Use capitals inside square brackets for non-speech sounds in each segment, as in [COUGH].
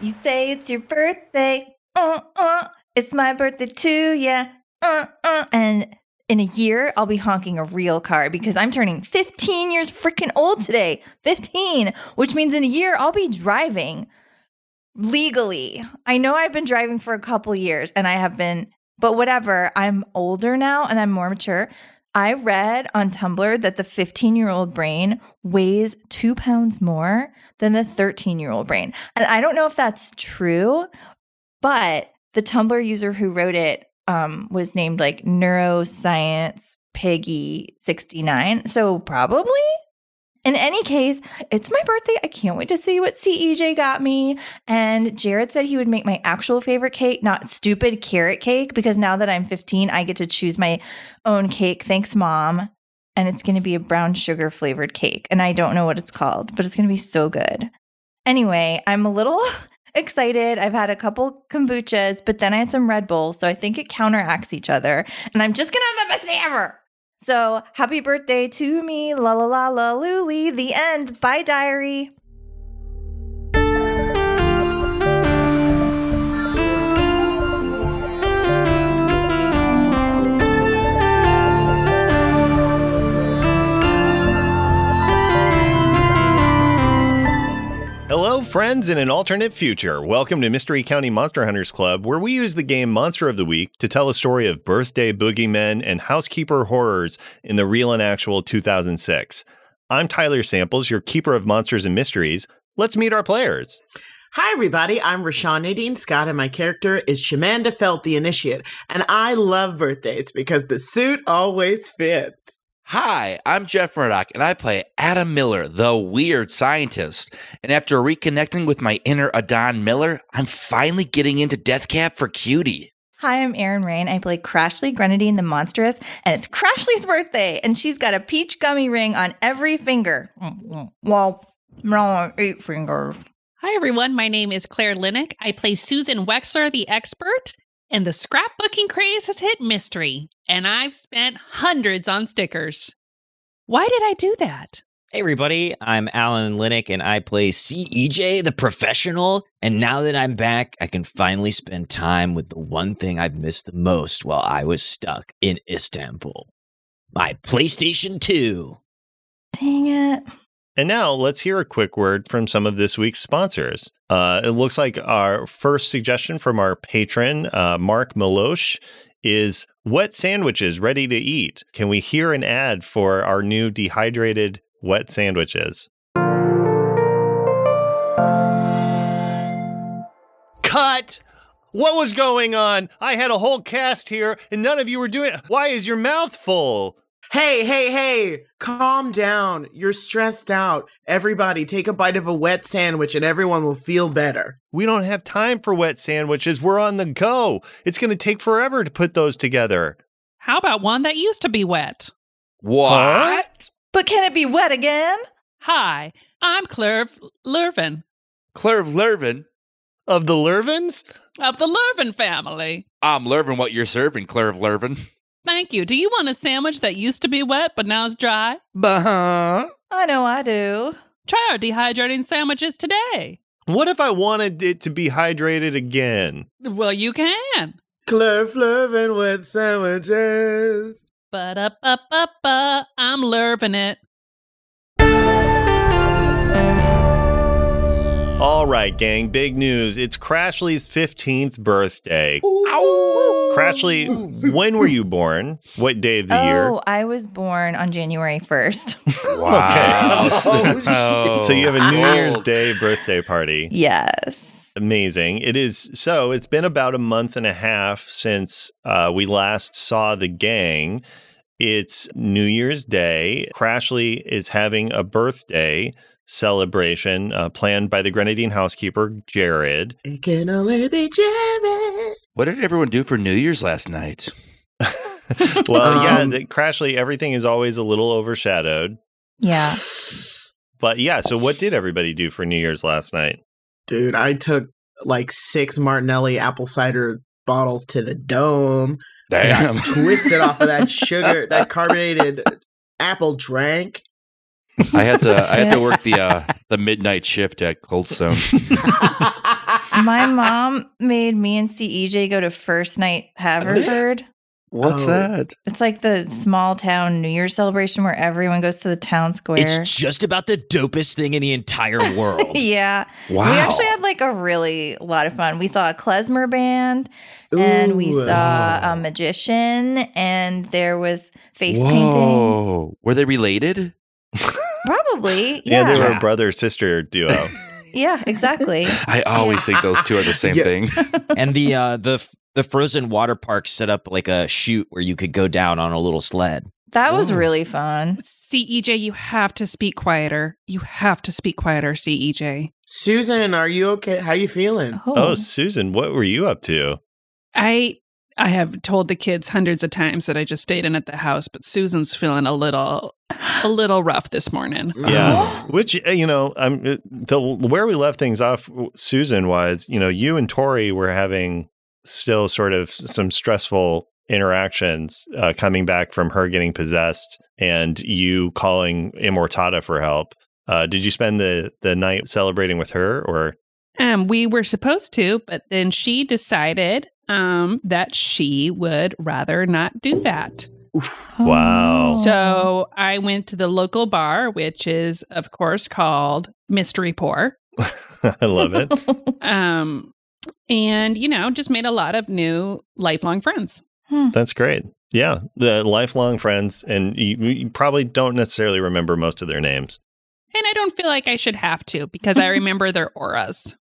You say it's your birthday. Uh, uh, it's my birthday too. Yeah. Uh, uh. And in a year, I'll be honking a real car because I'm turning 15 years freaking old today. 15, which means in a year, I'll be driving legally. I know I've been driving for a couple years and I have been, but whatever. I'm older now and I'm more mature. I read on Tumblr that the 15 year old brain weighs two pounds more than the 13 year old brain. And I don't know if that's true, but the Tumblr user who wrote it um, was named like Neuroscience Piggy 69. So probably. In any case, it's my birthday. I can't wait to see what CEJ got me. And Jared said he would make my actual favorite cake, not stupid carrot cake, because now that I'm 15, I get to choose my own cake. Thanks, mom. And it's going to be a brown sugar flavored cake. And I don't know what it's called, but it's going to be so good. Anyway, I'm a little [LAUGHS] excited. I've had a couple kombuchas, but then I had some Red Bull. So I think it counteracts each other. And I'm just going to have the best day ever. So happy birthday to me. La la la la luli. The end. Bye, diary. Hello, friends in an alternate future. Welcome to Mystery County Monster Hunters Club, where we use the game Monster of the Week to tell a story of birthday boogeymen and housekeeper horrors in the real and actual 2006. I'm Tyler Samples, your keeper of monsters and mysteries. Let's meet our players. Hi, everybody. I'm Rashawn Nadine Scott, and my character is Shamanda Felt, the initiate. And I love birthdays because the suit always fits. Hi, I'm Jeff Murdoch, and I play Adam Miller, the weird scientist. And after reconnecting with my inner Adon Miller, I'm finally getting into Death Cab for Cutie. Hi, I'm Erin Rain. I play Crashly Grenadine the Monstrous, and it's Crashly's birthday, and she's got a peach gummy ring on every finger. Well, wrong eight fingers. Hi, everyone. My name is Claire Linick. I play Susan Wexler, the expert, and the scrapbooking craze has hit mystery, and I've spent hundreds on stickers. Why did I do that? Hey, everybody. I'm Alan Linick, and I play CEJ, the professional. And now that I'm back, I can finally spend time with the one thing I've missed the most while I was stuck in Istanbul my PlayStation 2. Dang it. And now let's hear a quick word from some of this week's sponsors. Uh, it looks like our first suggestion from our patron, uh, Mark Maloche, is wet sandwiches ready to eat. Can we hear an ad for our new dehydrated wet sandwiches? Cut! What was going on? I had a whole cast here and none of you were doing it. Why is your mouth full? Hey, hey, hey, calm down. You're stressed out. Everybody, take a bite of a wet sandwich and everyone will feel better. We don't have time for wet sandwiches. We're on the go. It's going to take forever to put those together. How about one that used to be wet? What? But can it be wet again? Hi, I'm Claire Lurvin Claire Lurvin? Of the Lurvins? of the Lurvin family. I'm Lurvin what you're serving, Claire Lurvin. Thank you. Do you want a sandwich that used to be wet but now is dry? Bah. I know I do. Try our dehydrating sandwiches today. What if I wanted it to be hydrated again? Well, you can. Claire Flurvin wet sandwiches. But up, up, up, up. I'm Lurvin it. All right, gang, big news. It's Crashly's 15th birthday. Crashly, when were you born? What day of the oh, year? I was born on January 1st. Wow. Oh, [LAUGHS] So you have a New Year's Old. Day birthday party. [LAUGHS] yes. Amazing. It is so it's been about a month and a half since uh, we last saw the gang. It's New Year's Day. Crashly is having a birthday celebration uh, planned by the Grenadine housekeeper, Jared. It can only be Jared. What did everyone do for New Year's last night? Well, yeah, Um, the, Crashly, everything is always a little overshadowed. Yeah. But yeah, so what did everybody do for New Year's last night? Dude, I took like six Martinelli apple cider bottles to the dome, [LAUGHS] Damn. twisted [LAUGHS] off [LAUGHS] of that sugar, that carbonated apple drank. [LAUGHS] I had to I had to work the uh, the midnight shift at Coldstone. My mom made me and CEJ go to first night [LAUGHS] Haverford. [LAUGHS] What's Oh. that? It's like the small town New Year's celebration where everyone goes to the town square. It's just about the dopest thing in the entire [LAUGHS] world. yeah. Wow. We actually had like a really lot of fun. We saw a klezmer band and we Ooh. saw um, a magician and there was face painting. Whoa. Were they related? Probably. Yeah, Yeah. they were Yeah. a brother sister duo. [LAUGHS] Oh. yeah, [LAUGHS] exactly. I always think those two are the same Yeah. thing. and the uh, the the frozen water park set up like a chute where you could go down on a little sled. That was Whoa. really fun. CEJ, E you have to speak quieter. You have to speak quieter, E CEJ. Susan, are you okay? How you feeling? oh, Susan, what were you up to? I I have told the kids hundreds of times that I just stayed in at the house, but Susan's feeling a little a little rough this morning. Yeah. Which uh, you know, I'm uh, the where we left things off. Susan was, you know, you and Tori were having still sort of some stressful interactions uh, coming back from her getting possessed and you calling Immortata for help. Uh, did you spend the the night celebrating with her, or [LAUGHS] Um, we were supposed to, but then she decided um that she would rather not do that. Mm. oh. Wow. So I went to the local bar, which is of course called Mystery Pour. I love [LAUGHS] [LAUGHS] it. Um and you know, just made a lot of new lifelong friends. That's great. Yeah, the lifelong friends, and you, you probably don't necessarily remember most of their names. And I don't feel like I should have to [LAUGHS] because I remember their auras.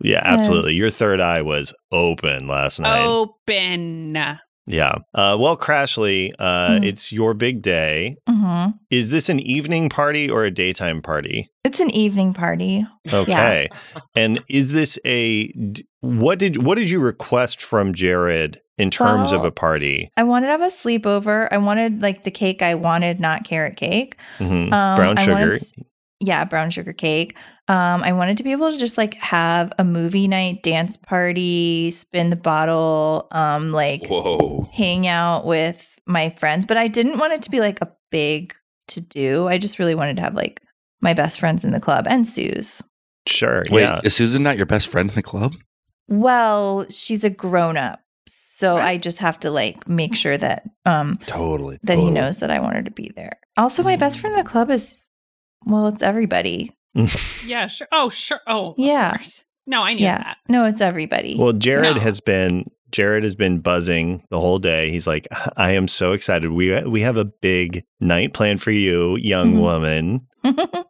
Yeah, absolutely. Yes. Your third eye was open last night. Open. Yeah. Uh, well, Crashly, uh, Mhm. it's your big day. Mhm. Is this an evening party or a daytime party? It's an evening party. Okay. and is this a d- what did what did you request from Jared in terms of Well- a party? I wanted to have a sleepover. I wanted like the cake I wanted, not carrot cake. Mhm. Um, Brown I sugar. wanted to- yeah, brown sugar cake. Um, I wanted to be able to just like have a movie night, dance party, spin the bottle, um, like [LAUGHS] Whoa. hang out with my friends. But I didn't want it to be like a big to do. I just really wanted to have like my best friends in the club and Sue's. Sure. Wait, yeah. is Susan not your best friend in the club? Well, she's a grown up, so Right. I just have to like Mm-hmm. make sure that um Totally. that he totally. knows that I wanted to be there. Also, my best friend in Mm. the club is, well, it's everybody. Yeah, sure. Oh, sure. Oh, of Yeah. course. No, I knew Yeah. that. No, it's everybody. Well, Jared No. has been Jared has been buzzing the whole day. He's like, [LAUGHS] I am so excited. We uh, we have a big night planned for you, young Mhm. woman. [LAUGHS]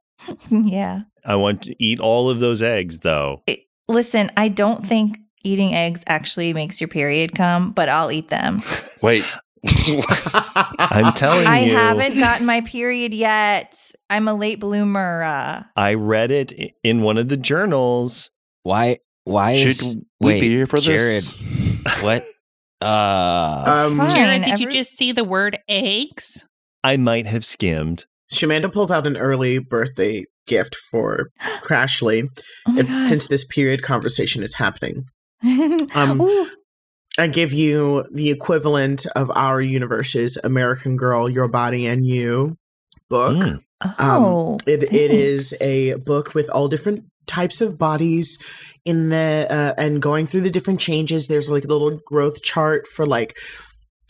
yeah. I want to eat all of those eggs though. It- listen, I don't think eating eggs actually makes your period come, but I'll eat them. [LAUGHS] Wait. [LAUGHS] I'm telling I you. haven't gotten my period yet. I'm a late bloomer. Uh, I read it i- in one of the journals. Why? Why is Should we wait, be here for this? Jared, what? Uh, it's Um, fine. Jared, did you Every- just see the word eggs? I might have skimmed. [LAUGHS] Shamanda pulls out an early birthday gift for Crashly Oh my if, God. since this period conversation is happening. um, Ooh. I give you the equivalent of our universe's American Girl, Your Body and You book. Mm. oh, um, It, it is thanks. a book with all different types of bodies in the uh, and going through the different changes. There's like a little growth chart for like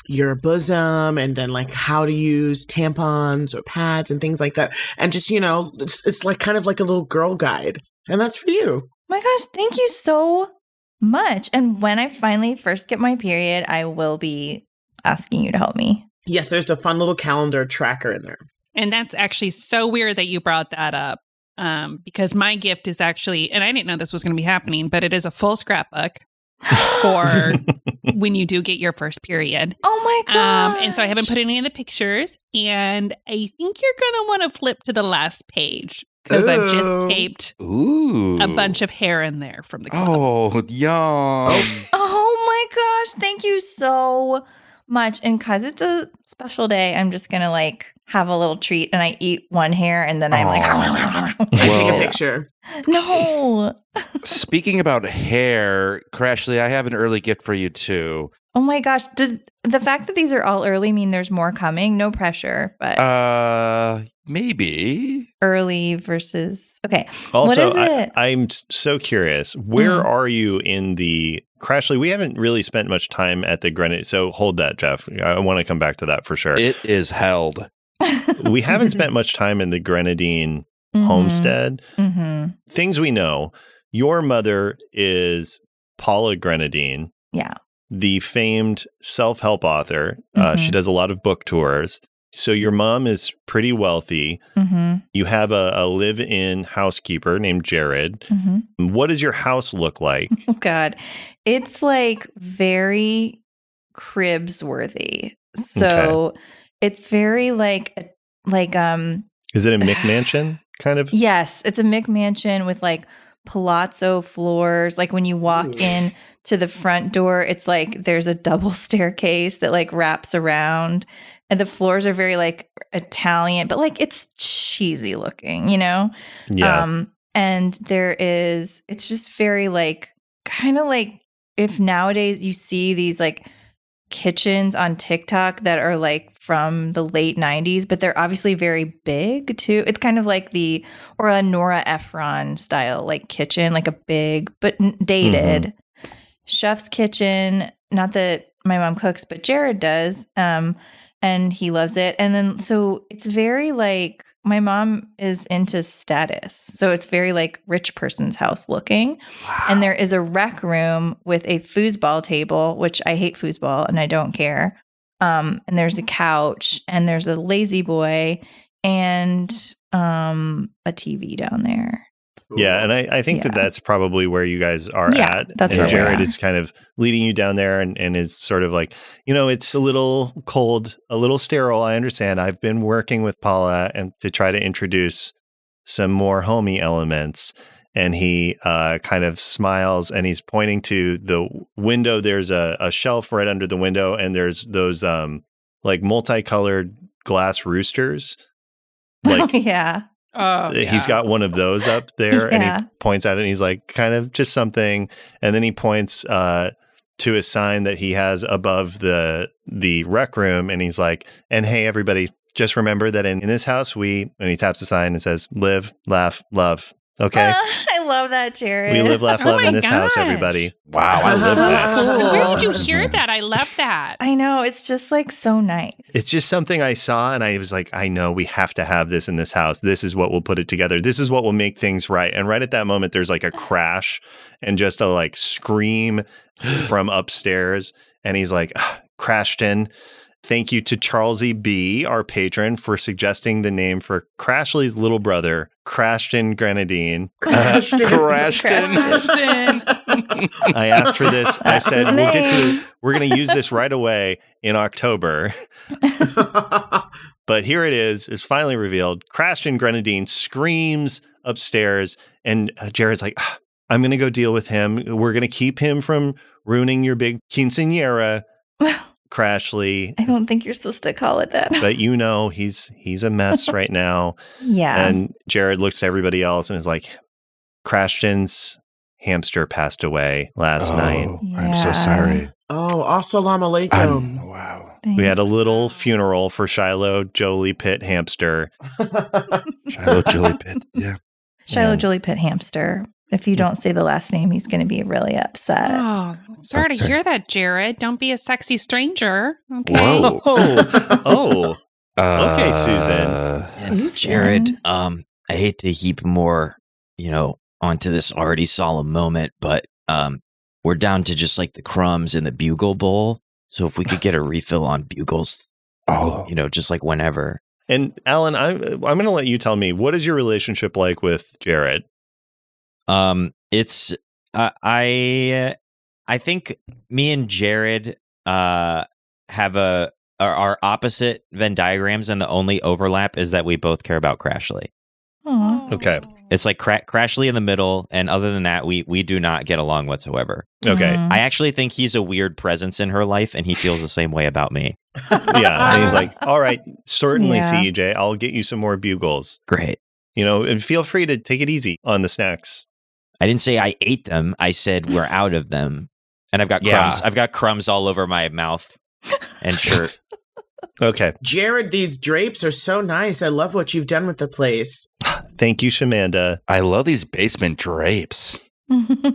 your bosom and then like how to use tampons or pads and things like that. And just you know, it's, it's like kind of like a little girl guide, and that's for you. My gosh, thank you so much. And when I finally first get my period, I will be asking you to help me. [GASPS] Yes, there's a fun little calendar tracker in there. And that's actually so weird that you brought that up um, because my gift is actually, and I didn't know this was going to be happening, but it is a full scrapbook [LAUGHS] [LAUGHS] for when you do get your first period. Oh my god! Um, and so I haven't put any of the pictures, and I think you're going to want to flip to the last page because I've just Ooh. taped [LAUGHS] Ooh. a bunch of hair in there from the [LAUGHS] club. Oh, yum. Oh my gosh! Thank you so much. And cause it's a special day, I'm just gonna like have a little treat, and I eat one hair, and then I'm [LAUGHS] Aw. like, I take Whoa. a picture. No. Speaking about hair, Crashly, I have an early gift for you too. Oh my gosh. Does the fact that these are all early mean there's more coming? No pressure, but Uh, maybe. early versus. Okay. Also, what is I, it? I'm s- so curious. Where Mhm. are you in the Crashly? We haven't really spent much time at the Grenade, so hold that, Jeff. I want to come back to that for sure. It is held. we [LAUGHS] haven't spent much time in the Grenadine Mm-hmm. homestead. hmm Things we know. Your mother is Paula Grenadine. Yeah. The famed self help author. Uh, Mhm. she does a lot of book tours. So your mom is pretty wealthy. hmm You have a, a live in housekeeper named Jared. hmm What does your house look like? Oh God, it's like very cribs worthy. So it's very like like um Is it a McMansion kind [SIGHS] Uh, of? yes, it's a McMansion with like palazzo floors. Like when you walk Ooh. in to the front door, it's like there's a double [LAUGHS] staircase that like wraps around. And the floors are very like Italian, but like it's cheesy looking, you know? Yeah. Um, and there is, it's just very like, kind of like if nowadays you see these like kitchens on TikTok that are like from the late 90s, but they're obviously very big too. It's kind of like the, or a Nora Ephron style like kitchen, like a big, but n- dated chef's kitchen. Not that my mom cooks, but Jared does. Um, and he loves it. And then so it's very like my mom is into status. So it's very like rich person's house looking. And there is a rec room with a foosball table, which I hate foosball and I don't care. Um, and there's a Mm-hmm. couch and there's a lazy boy and um a TV down there. [LAUGHS] Yeah, and I, I think that Yeah. that's probably where you guys are Yeah, at. that's and where we're Jared at. is kind of leading you down there and, and is sort of like, you know, it's a little cold, a little sterile. I understand. I've been working with Paula and to try to introduce some more homey elements. And he uh, kind of smiles and he's pointing to the window. There's a, a shelf right under the window, and there's those um like multicolored glass roosters. [LAUGHS] Like yeah. Uh, Oh, he's got one of those [LAUGHS] up there Yeah. and he points at it and he's like kind of just something and then he points uh to a sign that he has above the the rec room and he's like and hey everybody just remember that in, in this house we and he taps the sign and says live laugh love okay [LAUGHS] I love that, Jared. we live laugh [LAUGHS] Oh love my in this house gosh. everybody [LAUGHS] Wow, I love So [LAUGHS] that. Mm. cool. Where did you hear that? I love that. I know. It's just like so nice. it's just something i saw and i was like i know we have to have this in this house this is what will put it together this is what will make things right and right at that moment there's [LAUGHS] like a crash and just a [GASPS] like scream from upstairs and he's like "Ah, crashton thank you to charles e b our patron for suggesting the name for crashly's little brother crashton grenadine Crashed in. [LAUGHS] Crashed in. Crashed i asked for this i [LAUGHS] That's said his we'll get to name." we're going to use this right away in october But here it is. It's finally revealed. Crashton Grenadine screams upstairs, and uh, Jared's like, "Ah, I'm going to go deal with him. We're going to keep him from ruining your big [LAUGHS] quinceanera, Crashly. I don't think you're supposed to call it that. But you know, he's he's a mess right now. [LAUGHS] yeah. And Jared looks to everybody else and is like, Crashton's hamster passed away last night. Oh. I'm so Yeah. sorry. [LAUGHS] oh, assalamu I'm- alaikum. wow. We had a Thanks. little [LAUGHS] funeral for Shiloh Jolie Pitt hamster. [LAUGHS] Shiloh Chili Pit. Yeah. Shiloh Yeah. Julie Pitt hamster. If you don't say the last name, he's going to be really upset. Oh, sorry to Okay. hear that, Jared. Don't be a sexy stranger. Okay. [LAUGHS] Whoa. Oh, oh. Okay, Susan. And Jared, um, I hate to heap more, you know, onto this already solemn moment, but um, we're down to just like the crumbs in the bugle bowl. So if we could get a refill on bugles, Oh. you know, just like whenever. And Alan, I'm I'm going to let you tell me what is your relationship like with Jared. Um, it's uh, I, I think me and Jared uh have a are, are opposite Venn diagrams, and the only overlap is that we both care about Crashly. Aw. Oh. Okay. It's like cra- Crashly in the middle, and other than that, we we do not get along whatsoever. Okay, Mm. I actually think he's a weird presence in her life, and he feels the same way about me. yeah. And [LAUGHS] he's like, all right, certainly, Yeah. CEJ, I'll get you some more bugles. Great. You know, and feel free to take it easy on the snacks. [LAUGHS] I didn't say I ate them. I said we're out of them. and I've got Yeah. crumbs. I've got crumbs all over my mouth [LAUGHS] and shirt. Okay. Jared, these drapes are so nice. I love what you've done with the place. Thank you, Shamanda. I love these basement drapes.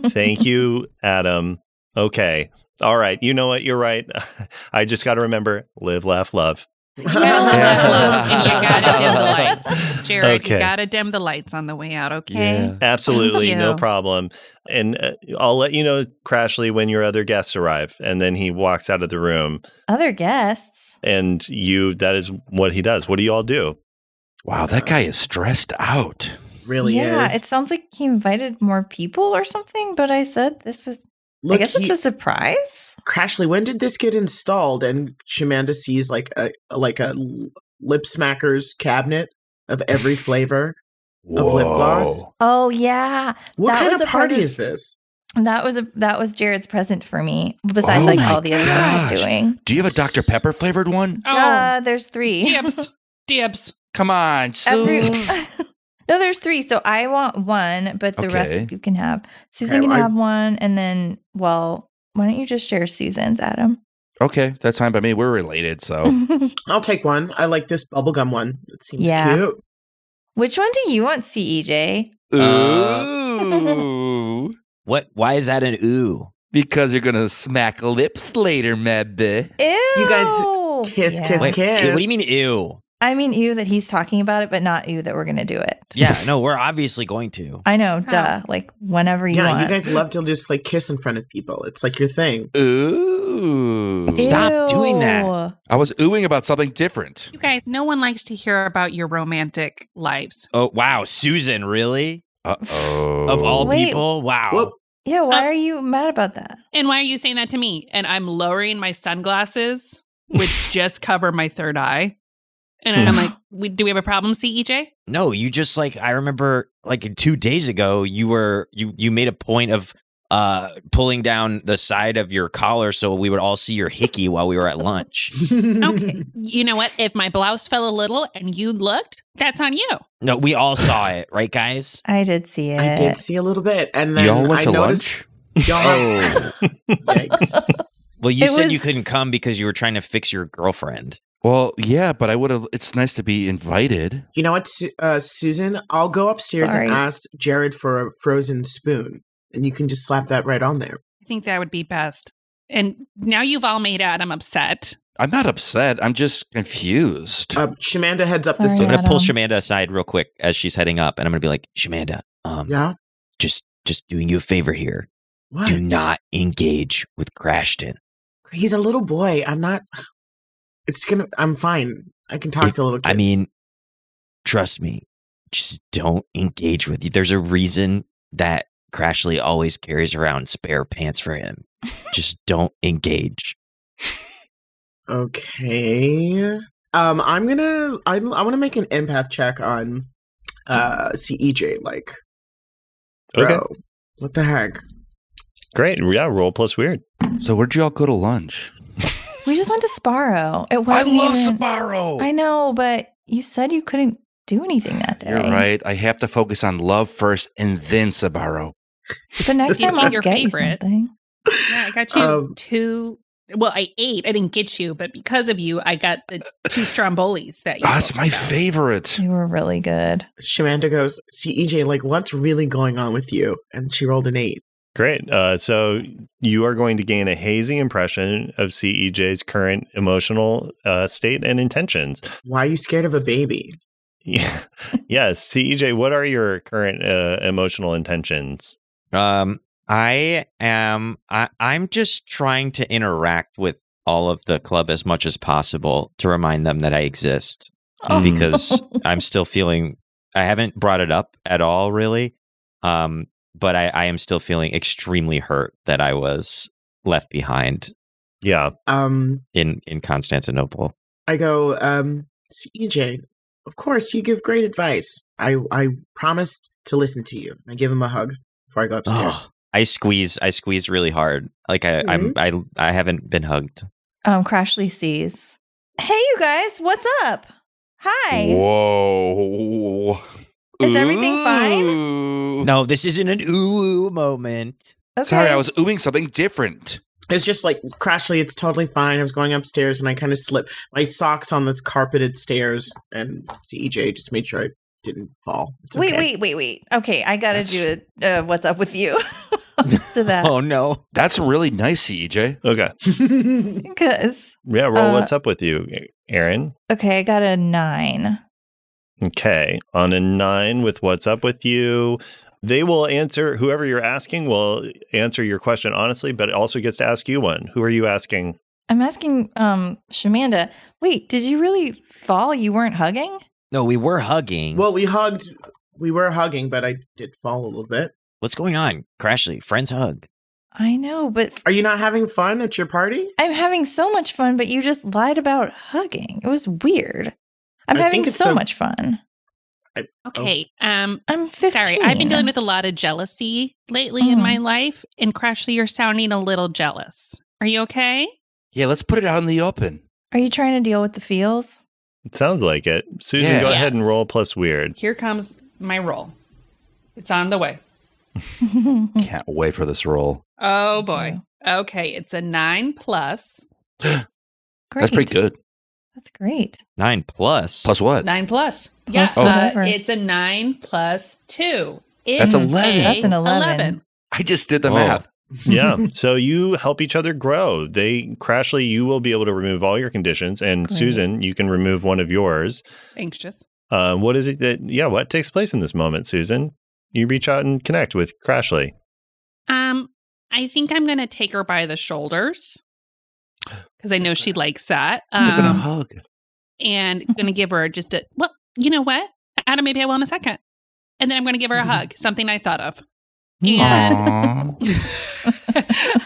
Thank you, Adam. Okay. All right. You know what? You're right. [LAUGHS] I just got to remember live, laugh, love. You gotta love [LAUGHS] that love, and you gotta dim [LAUGHS] the Okay. lights, Jared. You gotta dim the lights on the way out. Okay. Absolutely, Thank no you. problem. And uh, I'll let you know, Crashly, when your other guests arrive. And then he walks out of the room, [LAUGHS] Other guests. and you—that is what he does. What do you all do? Wow, that guy is stressed out. really yeah, is. it sounds like he invited more people or something, but I said this was, I Look, guess he- it's a surprise. Crashly, when did this get installed? And Shamanda sees like a like a lip smacker's cabinet of [LAUGHS] every flavor. Of lip gloss? Whoa. Oh, yeah. What That kind was of a party present. is this? That was a that was Jared's present for me, besides Oh like my all the other stuff gosh. he's doing. Do you have a Dr. Pepper flavored one? Oh, Uh, there's three. dibs, dibs. Come on, [LAUGHS] Every- Suze. [LAUGHS] no, there's three. So I want one, but the rest Okay. of you can have. Susan Okay, can I- have one, and then well, why don't you just share Susan's, Adam? okay, that's fine by me. We're related, [LAUGHS] so I'll take one. I like this bubblegum one. It seems Yeah. cute. Which one do you want, E CEJ? Uh, ooh, What? Why is that an ooh? [LAUGHS] because you're gonna smack lips later, maybe. Ew. guys kiss, kiss. Wait, eh, kids. what do you mean ew? I mean, ew that he's talking about it, but not ew that we're gonna do it. Yeah, no, we're obviously going to. [LAUGHS] I know, How? duh. Like whenever you yeah, want. you guys [LAUGHS] love to just like kiss in front of people. It's like [LAUGHS] your thing. Ooh, Stop doing that. Ew. I was oohing about something different. You guys, no one likes to hear about your romantic lives. Oh wow, Susan, really? Uh oh. Of all Wait. people, wow. Well, Yeah, why Uh, are you mad about that? And why are you saying that to me? And I'm lowering my sunglasses, [LAUGHS] which just cover my third eye. And Hmm. I'm like, we, do we have a problem, E CEJ? No, you just like I remember like two days ago you were you you made a point of uh pulling down the side of your collar so we would all see your hickey while we were at lunch. [LAUGHS] Okay. you know what? If my blouse fell a little and you looked, that's on you. No, we all saw it, right, guys? I did see it. I did see a little bit, and then Y'all went I to noticed lunch. y'all. Oh. Yikes. [LAUGHS] Well, you It said you was- couldn't come because you were trying to fix your girlfriend. well, yeah, but I would have. It's nice to be invited. You know what, Su- uh, Susan? I'll go upstairs Sorry. and ask Jared for a frozen spoon, and you can just slap that right on there. I think that would be best. And now you've all made out. I'm upset. I'm not upset. I'm just confused. Uh, Shamanda heads up the So I'm Sorry, stairs. gonna pull Adam. Shamanda aside real quick as she's heading up, and I'm gonna be like, Shamanda, um, Yeah. just just doing you a favor here. What? Do not engage with Crashton. He's a little boy. I'm not. It's gonna. I'm fine. I can talk If- to little kids. I mean, trust me, just don't engage with you. There's a reason that Crashly always carries around spare pants for him. just don't engage. okay. Um, I'm gonna. I'm. I want to make an empath check on, uh, Cej. Like, bro, Okay, what the heck? great. Yeah, roll plus weird. so where'd y'all go to lunch? We just went to Sparrow. It I wasn't love even- Sabaro. I know, but you said you couldn't do anything that day. You're right. I have to focus on love first and then Sabaro. But next You time ate I'll your get you favorite. something. Yeah, I got you Um, two. Well, I ate. I didn't get you, but because of you, I got the two strombolis that you. Oh, That's talked Ah, my about. favorite. You were really good. Shamanda goes. Cej, like, what's really going on with you? And she rolled an eight. Great. Uh, so you are going to gain a hazy impression of CEJ's current emotional uh, state and intentions. [LAUGHS] Why are you scared of a baby? Yeah. yes, CEJ, what are your current uh, emotional intentions? Um, I am. I, I'm just trying to interact with all of the club as much as possible to remind them that I exist because I'm still feeling. I haven't brought it up at all, really. Um, but I, I am still feeling extremely hurt that I was left behind Yeah. Um, in in Constantinople. I go, um, CJ, of course you give great advice. I I promised to listen to you. I give him a hug before I go upstairs. I squeeze. I squeeze really hard. Like I, I'm. I. I haven't been hugged. Um, Crashly sees. Hey, you guys, what's up? Hi. Whoa. Is everything fine? Ooh. No, this isn't an ooh moment. Okay. Sorry, I was oohing something different. It's just like Crashly. It's totally fine. I was going upstairs and I kind of slipped my socks on this carpeted stairs, and EJ just made sure I didn't fall. It's wait, okay. wait, wait, wait. Okay, I gotta That's- do a uh, what's [LAUGHS] up with you to that Oh no. That's really nice, EJ. Okay. [LAUGHS] because Yeah, roll Uh, what's up with you, Aaron. okay, I got a nine. Okay. On a nine with what's up with you, they will answer, whoever you're asking will answer your question honestly, but also gets to ask you one. Who are you asking? I'm asking um Shamanda. Wait, did you really fall? You weren't hugging? No, we were [LAUGHS] hugging. well, we hugged. We were hugging, but I did fall a little bit. What's going on? Crashly, friends hug. I know, but Are you not having fun at your party? I'm having so much fun. But you just lied about hugging. It was weird. I'm I having think it's so a- much fun. Okay. Um, I'm 15. Sorry, I've been dealing with a lot of jealousy lately in my life, and Crashly, you're sounding a little jealous. Are you okay? Yeah, let's put it out in the open. Are you trying to deal with the feels? [LAUGHS] It sounds like it. Susan, Yeah. go ahead and Yes. roll plus weird. Here comes my roll. It's on the way. Mm. Can't wait for this roll. Oh Me boy. Okay, it's a nine plus. Great. That's pretty good. That's great. [LAUGHS] Nine plus. Plus what? Nine plus. Plus yeah, whatever. uh, it's a nine plus two. That's It's 11. a That's an 11. I just did the Whoa. math. yeah. So you help each other grow. They, Crashly, you will be able to remove all your conditions, and Great. Susan, you can remove one of yours. Anxious. Uh, what is it that, yeah, what takes place in this moment, Susan? You reach out and connect with Crashly. Um, I think I'm gonna take her by the shoulders because I know she likes that. They're gonna Um, hug. and gonna give her just a well, you know what? Adam, maybe I will in a second. And then I'm gonna give her a hug, something I thought of. And Aw.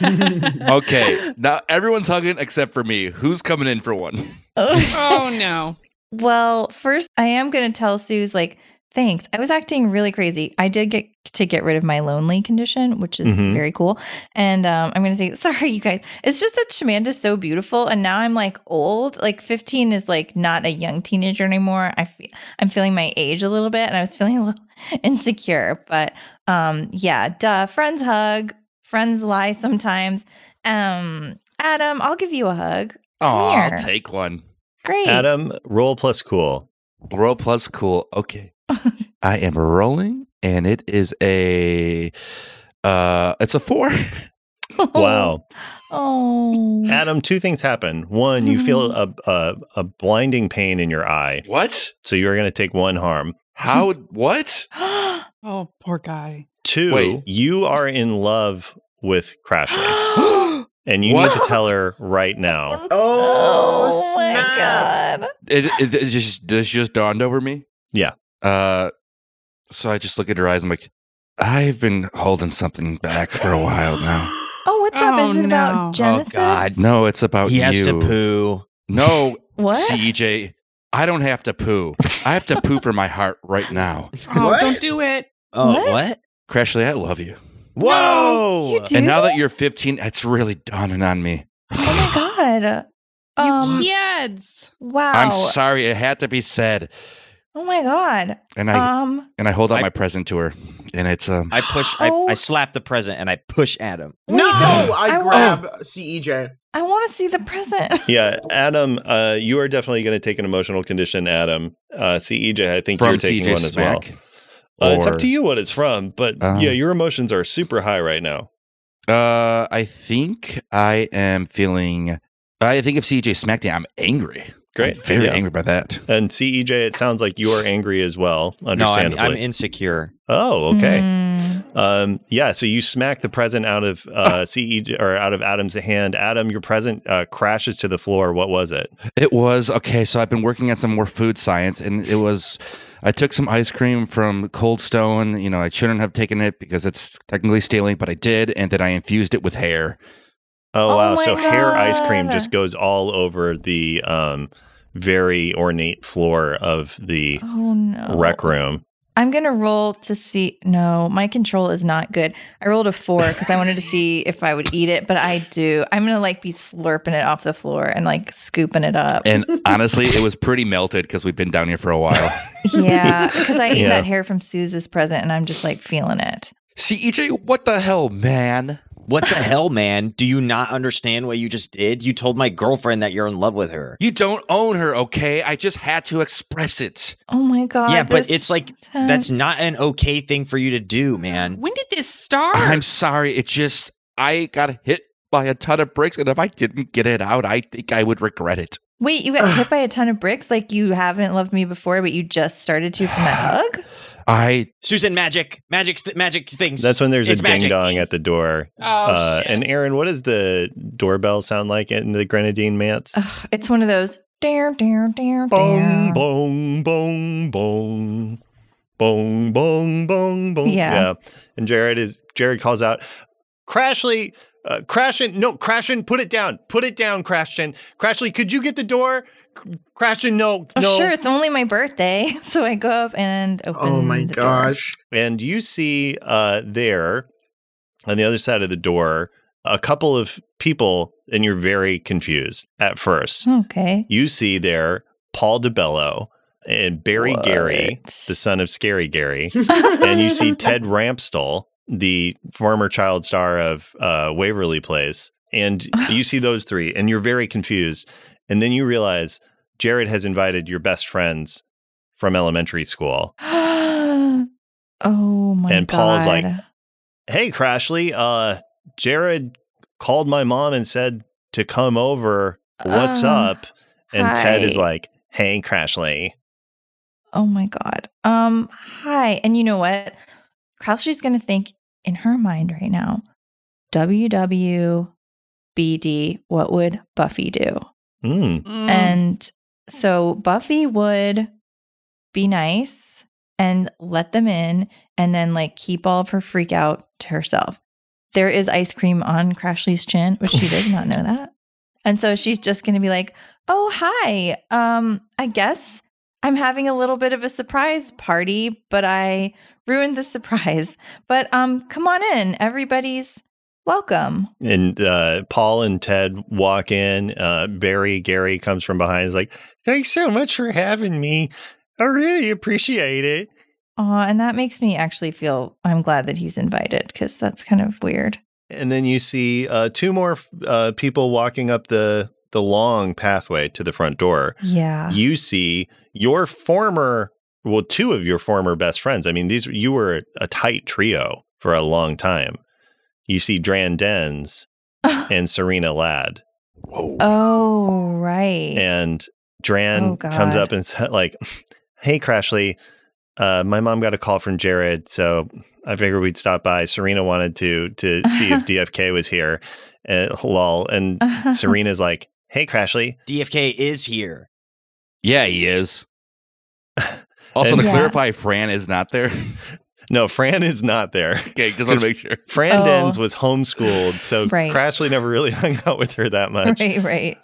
[LAUGHS] okay, now everyone's hugging except for me. Who's coming in for one? [LAUGHS] Oh [GASPS] no. Well, first, I am going to tell Suze, like, thanks. I was acting really crazy. I did get to get rid of my lonely condition, which is Mhm. very cool. And um, I'm going to say, [LAUGHS] sorry, you guys. It's just that Shamanda's so beautiful. And now I'm like old. Like, 15 is like not a young teenager anymore. I feel I'm feeling my age a little bit. And I was [LAUGHS] feeling a little insecure. But um, yeah, duh. Friends hug, friends lie sometimes. Um, Adam, I'll give you a hug. Oh, Here. I'll take one. Great. Adam, roll plus cool. Roll plus cool. Okay. I am rolling and it is a uh it's a four. Wow. [LAUGHS] Oh. Adam, two things happen. One, you feel a, a, a blinding pain in your eye. What? So you are going to take one harm. How what? Oh, poor guy. Two, Wait. you are in love with [GASPS] [GASPS] Crashly and you What? need to tell her right now. Oh, my snap. god. it, it, it just this just dawned over me. Yeah. Uh so I just look at her eyes, I'm like, I've been holding something back for a while [GASPS] now. Oh, what's up? Oh, Is it no. Oh, about Genesis? God. No, it's about He you. has to [LAUGHS] poo. No, What? CJ, E I don't have to poo. I have to poo for my heart right now. Oh, What? don't do it. Oh, What? what? Crashly, I love you. Whoa! you do? And now that you're 15, it's really dawning on me. [GASPS] oh my god. Um Kids. wow. I'm sorry, it had to be said. oh my god. And I um and I hold out I- my present to her, and it's um. I push. Oh. I, I slap the present and I push Adam. wait, no, don't. I, I wa- grab E CEJ. I want to see the present. [LAUGHS] Yeah, Adam, uh, you are definitely going to take an emotional condition, Adam. Uh, CEJ, I think you're From taking CJ one Smack. as well. Uh, it's up Or- to you what it's from, but Uh-huh. yeah, your emotions are super high right now. Uh, I think I am feeling. I think if E CJ smacked me, I'm angry. Great. I'm very Yeah. angry by that. And CEJ, it sounds like you are angry as well, No, I'm, understandably. I'm insecure. oh, okay. Mm. Um, yeah, so you smack the present out of uh, CE or out of Adam's hand. Adam, your present uh, crashes to the floor. What was it? It was okay. So I've been working on some more food science, and it was. I took some ice cream from Cold Stone. You know, I shouldn't have taken it because it's technically stealing, but I did, and then I infused it with hair. Oh, Oh wow! my So hair ice cream God. just goes all over the um, very ornate floor of the Oh no. rec room. I'm gonna roll to see. No, my control is not good. I rolled a four because I wanted to see if I would eat it, but I do. I'm gonna like be slurping it off the floor and like scooping it up. And honestly, it was pretty melted because we've been down here for a [LAUGHS] while. [LAUGHS] yeah, because I ate Yeah. E that hair from Suze's present, and I'm just like feeling it. See, EJ, what the hell, man? What the hell, man? Do you not understand what you just did? You told my girlfriend that you're in love with her. You don't own her, okay? I just had to express it. Oh my god. Yeah, but this it's like, sounds- That's not an okay thing for you to do, uh, man. When did this start? I'm sorry. It just, I got hit by a ton of bricks, and if I didn't get it out, I think I would regret it. Wait, you got hit by a ton of bricks? Like you haven't loved me before, but you just started to from that [SIGHS] hug? I, Susan, magic, magic, th- magic things. That's when there's It's a ding magic. dong at the door. oh, uh, shit. and Aaron, what does the doorbell sound like in the Grenadine Manse? Ugh, it's one of those. Dare, dare, dare, dare. Bong, bong, bong, bong. Bong, bong, bong, bong. Yeah. And Jared is Jared calls out, Crashly, uh, Crashin, no, Crashin, put it down. Put it down, Crashin. Crashly, could you get the door? Crashin, no, Oh, no. Sure, it's only my birthday. [LAUGHS] So I go up and open Oh my the door. gosh. And you see uh, there on the other side of the door a couple of people, and you're very confused at first. Hmm. Okay. You see there Paul DeBello and Barry What? Gary, [GASPS] the son of Scary Gary, and [LAUGHS] you see Ted Rampstall, the former child star of uh, Waverly Place. And [SIGHS] you see those three, and you're very confused. And then you realize Jared has invited your best friends from elementary school. oh my And Paul's like, God. hey crashly uh jared called my mom and said to come over what's Uh, up and ted is hi. like hey crashly Oh my god. Um, hi. And you know what? Crowley's gonna think in her mind right now, WWBD, what would Buffy do? mm, Mm. And so Buffy would be nice and let them in and then like keep all of her freak out to herself. There is ice cream on Crashly's chin, which she did not know that. And so she's just going to be like, "Oh, hi. Um I guess I'm having a little bit of a surprise party, but I ruined the [LAUGHS] surprise. But um come on in. Everybody's welcome." and uh, paul and ted walk in uh, barry gary comes from behind and is like thanks so much for having me i really appreciate it Aw, and that makes me actually feel I'm glad that he's invited because that's kind of weird. and then you see uh, two more uh, people walking up the the long pathway to the front door Yeah. you see your former well two of your former best friends i mean these you were a tight trio for a long time you see dran dens and serena ladd whoa. [LAUGHS] oh, right. and dran Oh, God. comes up and said like hey crashly uh, my mom got a call from jared so i figured we'd stop by serena wanted to to see [LAUGHS] if dfk was here uh, lol and serena's like hey crashly DFK is here. Yeah, he [LAUGHS] is. Also, to Yeah. clarify, Fran is not there. [LAUGHS] no fran is not there [LAUGHS] okay, just want to make sure. Fran Oh. Dens was homeschooled, so Right. Crashly never really [LAUGHS] hung out with her that much. right, right.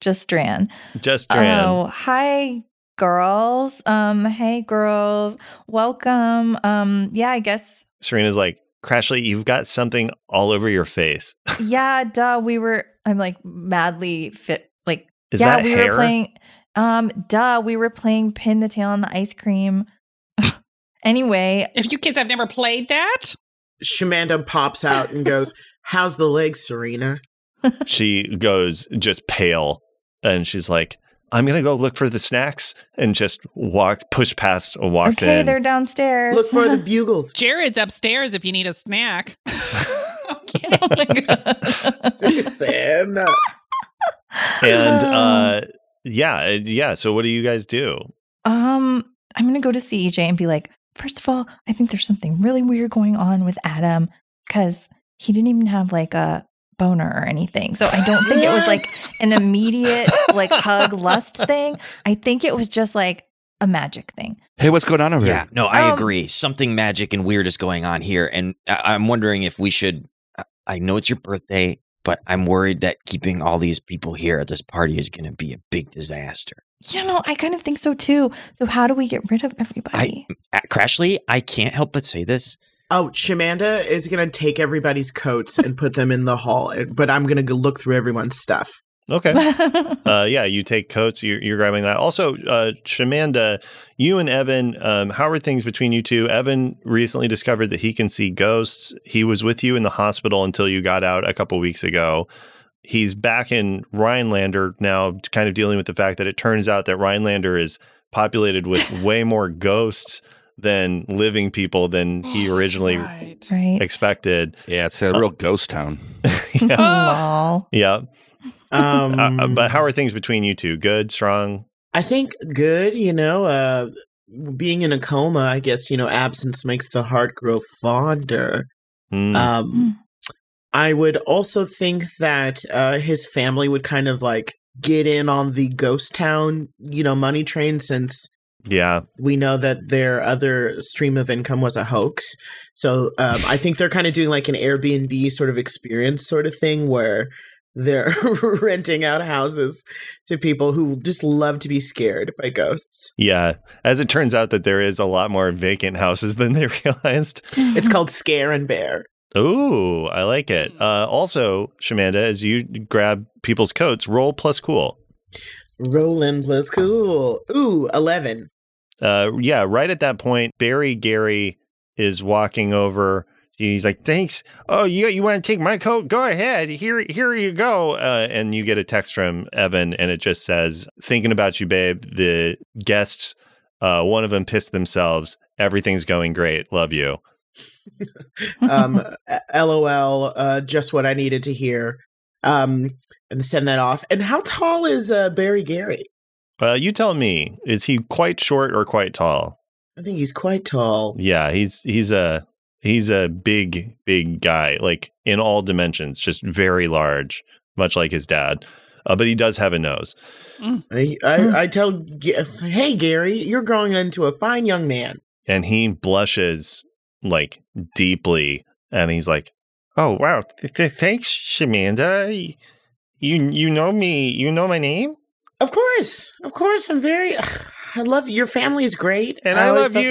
Just Dran. Just Fran. Oh, hi girls. Um, hey girls. Welcome. Um, yeah, I guess Serena's like, Crashly, you've got something all over your face. yeah, duh. We were I'm like madly fit like Is yeah, that we hair? were playing um duh, we were playing pin the tail on the ice cream. [LAUGHS] anyway, if you kids have never played that, Shamanda pops out and goes, How's the leg, Serena? she goes just pale, and she's like, "I'm gonna go look for the snacks," and just walks, push past, and walks okay, in. they're downstairs. Look [LAUGHS] for the bugles. Jared's upstairs if you need a snack. [LAUGHS] okay. oh my god. Susan. [LAUGHS] [LAUGHS] and uh, yeah, uh, yeah. So what do you guys do? Um, I'm gonna go to CEJ and be like, first of all, I think there's something really weird going on with Adam because he didn't even have like a boner or anything. So I don't think it was [LAUGHS] like an immediate like hug lust thing. I think it was just like a magic thing. Hey, what's going on over Yeah, there? no, I Um, agree. Something magic and weird is going on here, and I- I'm wondering if we should. I- I know it's your birthday, but I'm worried that keeping all these people here at this party is going to be a big disaster. You know, I kind of think so too. So how do we get rid of everybody? [LAUGHS] Uh, Crashly, I can't help but say this. Oh, Shamanda is gonna take everybody's coats and put them in the hall, and- but I'm gonna go look through everyone's stuff. Okay. uh, yeah, you take coats. You're, you're grabbing that. Also, uh, Shamanda, you and Evan, um, how are things between you two? Evan recently discovered that he can see ghosts. He was with you in the hospital until you got out a couple weeks ago. He's back in Rhinelander now, kind of dealing with the fact that it turns out that Rhinelander is populated with way more ghosts than living people than Oh, he originally right. [LAUGHS] [LAUGHS] Oh, expected. [LAUGHS] Yeah, it's a real ghost [LAUGHS] town. yeah. Lol. Yeah. Um, Uh, uh, but how are things between you two? Good, strong? I think good, you know, uh being in a coma, I guess, you know, absence makes the heart grow fonder. Mm. Um I would also think that uh his family would kind of like get in on the ghost town, you know, money train since yeah. we know that their other stream of income was a hoax. So um, I think they're kind of doing like an Airbnb sort of experience sort of thing where they're [LAUGHS] renting out houses to people who just love to be scared by ghosts. Yeah. As it turns out that there is a lot more vacant houses than they [LAUGHS] realized. [LAUGHS] Mm-hmm. It's called Scare and Bear. Ooh, I like it. Uh, also, Shamanda, as you grab people's coats, roll plus cool. Roland plus cool. Ooh, 11. Uh, yeah, right at that point, Barry Gary is walking over. He's like, "Thanks. Oh, you you want to take my coat? Go ahead. Here here you go." Uh, and you get a text from Evan, and it just says, "Thinking about you, babe. The guests, uh, one of them pissed themselves. Everything's going great. Love you." [LAUGHS] Um, LOL, uh, just what I needed to hear. Um, and send that off. And how tall is uh, Barry Gary? Uh, you tell me, is he quite short or quite tall? I think he's quite tall. Yeah, he's he's a he's a big big guy, like in all dimensions, just very large, much like his dad. Uh, but he does have a nose. I, Hmm. I, I tell, G- uh, hey Gary, you're growing into a fine young man. and he blushes like deeply and he's like oh wow Th- th- thanks shamanda Y- you you know me you know my name Of course, of course, I'm very. [SIGHS] I love your family is great, and i, always love thought-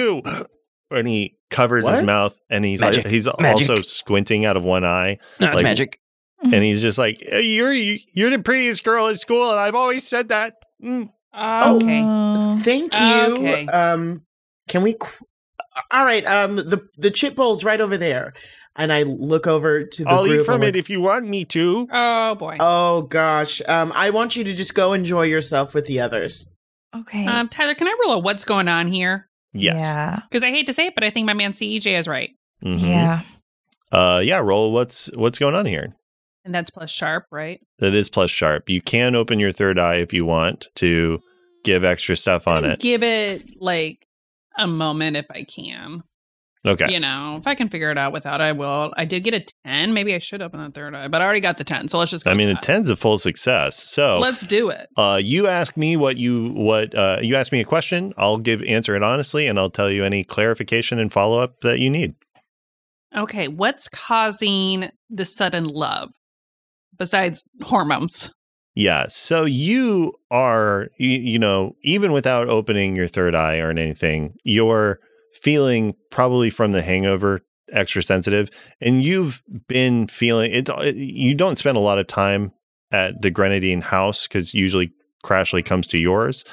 you and he covers his What? mouth and he's Magic. like he's Magic. also squinting out of one eye No, it's Like- magic. and he's just like you're you're the prettiest girl in school and i've always said that Mm. okay. Oh. Thank you. Ah, Okay. Um, can we? qu- All right. Um, the the chip bowl's right over there, and I look over to the i'll group. eat from I'm it like, if you want me to Oh boy. oh gosh. Um, I want you to just go enjoy yourself with the others. Okay. Um, Tyler, can I roll a what's going on here? yes Yeah. Because I hate to say it, but I think my man CEJ is right. Mhm. Yeah. uh yeah roll what's what's going on here And that's plus sharp, right? That is plus sharp. You can open your third eye if you want to give extra stuff on it. Give it like a moment if I can. Mm, Okay. You know, if I can figure it out without, I will. I did get a 10. Maybe I should open the third eye, but I already got the 10. So let's just go. I mean, a with that. ten's a full success. So Let's do it. uh, you ask me what you what uh, you ask me a question. I'll give answer it honestly, and I'll tell you any clarification and follow up that you need. Okay. What's causing the sudden love besides hormones? Yeah. So you are, you, you know, even without opening your third eye or anything, you're feeling probably from the hangover extra sensitive. And you've been feeling it's, it, you don't spend a lot of time at the Grenadine house because usually Crashly comes to yours.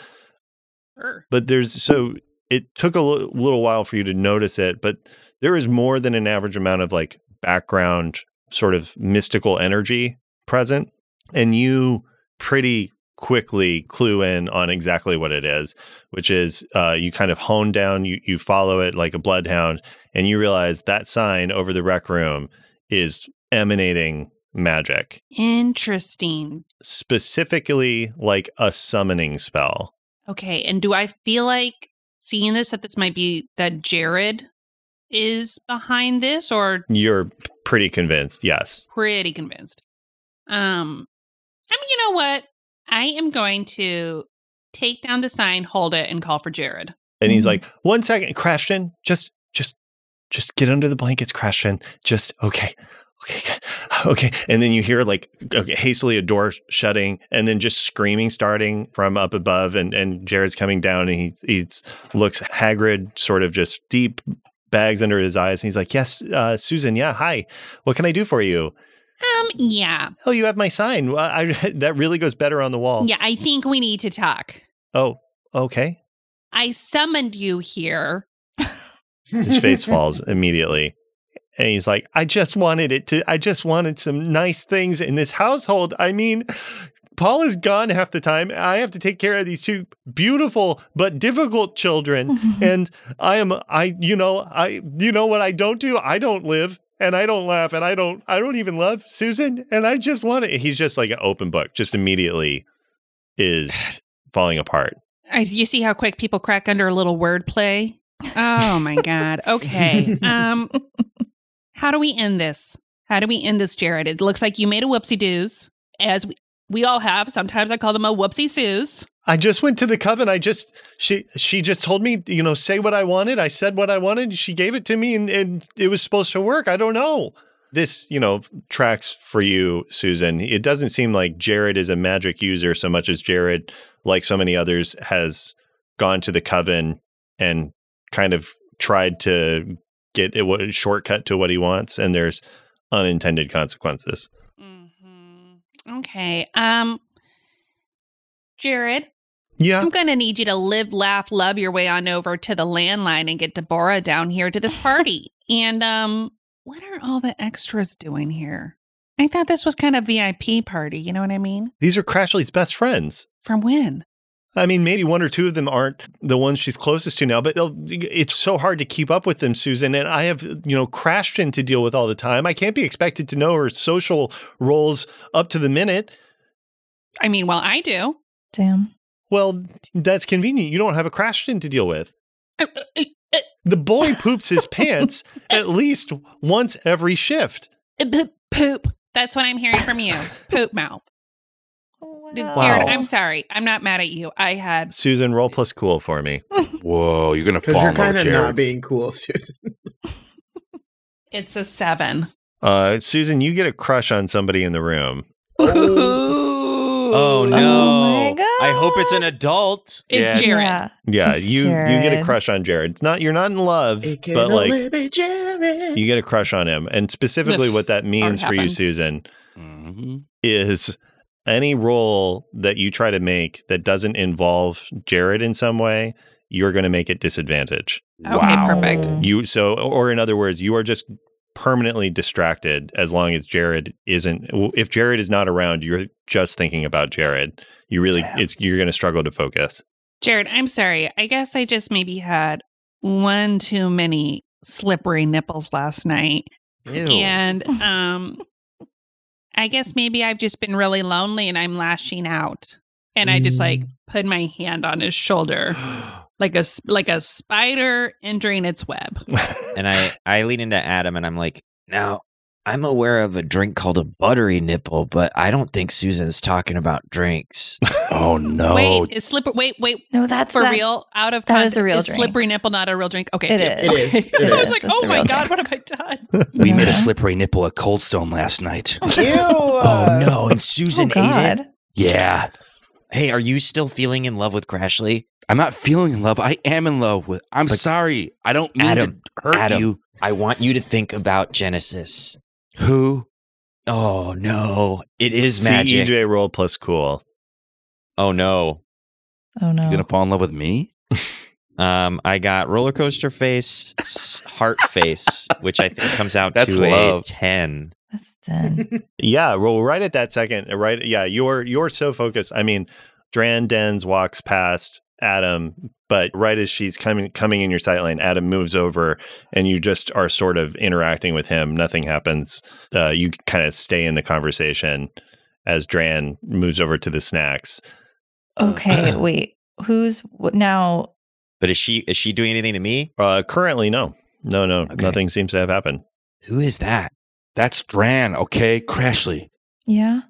Sure. But there's, so it took a li- little while for you to notice it, but there is more than an average amount of like background sort of mystical energy present. And you pretty quickly clue in on exactly what it is, which is uh, you kind of hone down, you, you follow it like a bloodhound, and you realize that sign over the rec room is emanating magic, Interesting. specifically like a summoning spell. Okay. And do I feel like seeing this that this might be that Jared is behind this or You're pretty convinced, yes. pretty convinced? Um, I mean, you know what? I am going to take down the sign, hold it, and call for Jared. And he's Mhm. like, one second, Crashton, just, just, just get under the blankets, Crashton. Just, okay, okay, good, [LAUGHS] okay. And then you hear like okay, hastily a door shutting and then just screaming starting from up above. And, and Jared's coming down and he he's, looks haggard, sort of just deep bags under his eyes. And he's like, yes, uh, Susan, yeah, hi. What can I do for you? Um, yeah. Oh, you have my sign. Well, I, [LAUGHS] that really goes better on the wall. Yeah, I think we need to talk. Oh, okay. I summoned you here. His [LAUGHS] face falls immediately. And he's like, I just wanted it to, I just wanted some nice things in this household. I mean, Paul is gone half the time. I have to take care of these two beautiful but difficult Mm-hmm. children. And I am, I, you know, I, you know what I don't do? I don't live and I don't laugh and I don't, I don't even love Susan. And I just want it. He's just like an open book, just immediately is falling apart. Uh, You see how quick people crack under a little wordplay? Oh my god. Okay. Um how do we end this? How do we end this, Jared? It looks like you made a whoopsie doos, as we, we all have. Sometimes I call them a whoopsie soos. I just went to the coven. I just she she just told me, you know, say what I wanted. I said what I wanted. She gave it to me and, and it was supposed to work. I don't know. This, you know, tracks for you, Susan. It doesn't seem like Jared is a magic user so much as Jared, like so many others, has gone to the coven and kind of tried to get a wa- shortcut to what he wants, and there's unintended consequences. Mm-hmm. Okay. Um Jared, Yeah. I'm going to need you to live, laugh, love your way on over to the landline and get Deborah down here to this party. and um, what are all the extras doing here? I thought this was kind of VIP party. You know what I mean? These are Crashly's best friends. From when? I mean, maybe one or two of them aren't the ones she's closest to now, but it'll- it's so hard to keep up with them, Susan. And I have, you know, Crashton to deal with all the time. I can't be expected to know her social roles up to the minute. I mean, well, I do. Damn. Well, that's convenient. You don't have a Crashton to deal with. The boy [LAUGHS] poops his pants at least once every shift. Poop. That's what I'm hearing from you. Poop mouth. Jared, Wow. I'm sorry. I'm not mad at you. I had. Susan, roll plus cool for me. Whoa, you're gonna Because fall you're in love, kind of not [LAUGHS] Jared. being cool, Susan. It's a seven. Uh, Susan, you get a crush on somebody in the room. Oh no! Oh, my I hope it's an God. adult. It's Yeah. Jared. Yeah. Yeah, It's you you get a Jared. crush on Jared. It's not you're not in love, It can but like only be Jared. You get a crush on him. And specifically, This what that means for you, happened. Susan, Mhm. is any role that you try to make that doesn't involve Jared in some way, you're going to make it disadvantage. Okay, Wow. perfect. You so, or in other words, you are just permanently distracted as long as Jared isn't. If Jared is not around, you're just thinking about Jared. You really, Damn. it's you're going to struggle to focus. Jared, I'm sorry. I guess I just maybe had one too many slippery nipples last night. And um I guess maybe I've just been really lonely and I'm lashing out. And I just like put my hand on his shoulder like a s- like a spider entering its web. and I, I lean into Adam and I'm like, now I'm aware of a drink called a buttery nipple, but I don't think Susan's talking about [LAUGHS] drinks. Oh no. Wait, is slipper wait, wait, No, that's for that- real? Out of that is a context, real is drink. slippery nipple not a real drink? Okay. It good. is. It is. It [LAUGHS] I is. was like, It's "Oh a my real god, drink. what have I done?" [LAUGHS] we made Okay. a slippery nipple at Cold Stone last night. [LAUGHS] Ew. oh no! [LAUGHS] [LAUGHS] And Oh, Susan ate it. God. Yeah. Hey, are you still feeling in love with Crashly? I'm not feeling in love. I am in love with. I'm But- sorry. I don't mean Adam, to hurt Adam. you. I want you to think about Genesis. Who? Oh no! It is magic. CEJ roll E plus cool. Oh no! Oh, no. You gonna fall in love with me? Um, I got roller coaster face, s- heart face, which I think comes out That's to a love. ten. [LAUGHS] That's a [LAUGHS] [LAUGHS] 10. Yeah, well, right at that second, uh, right? Yeah, you're you're so focused. I mean, Dran Dens walks past Adam, but right as she's coming coming in your sight line, Adam moves over, and you just are sort of interacting with him. Nothing happens. Uh, you kind of stay in the conversation as Dran moves over to the snacks. Okay, wait. Who's wh- now? But is she is she doing anything to me? Uh, currently, no, no, no, Okay. nothing seems to have happened. Who is that? That's Dran. Okay, Crashly. Yeah.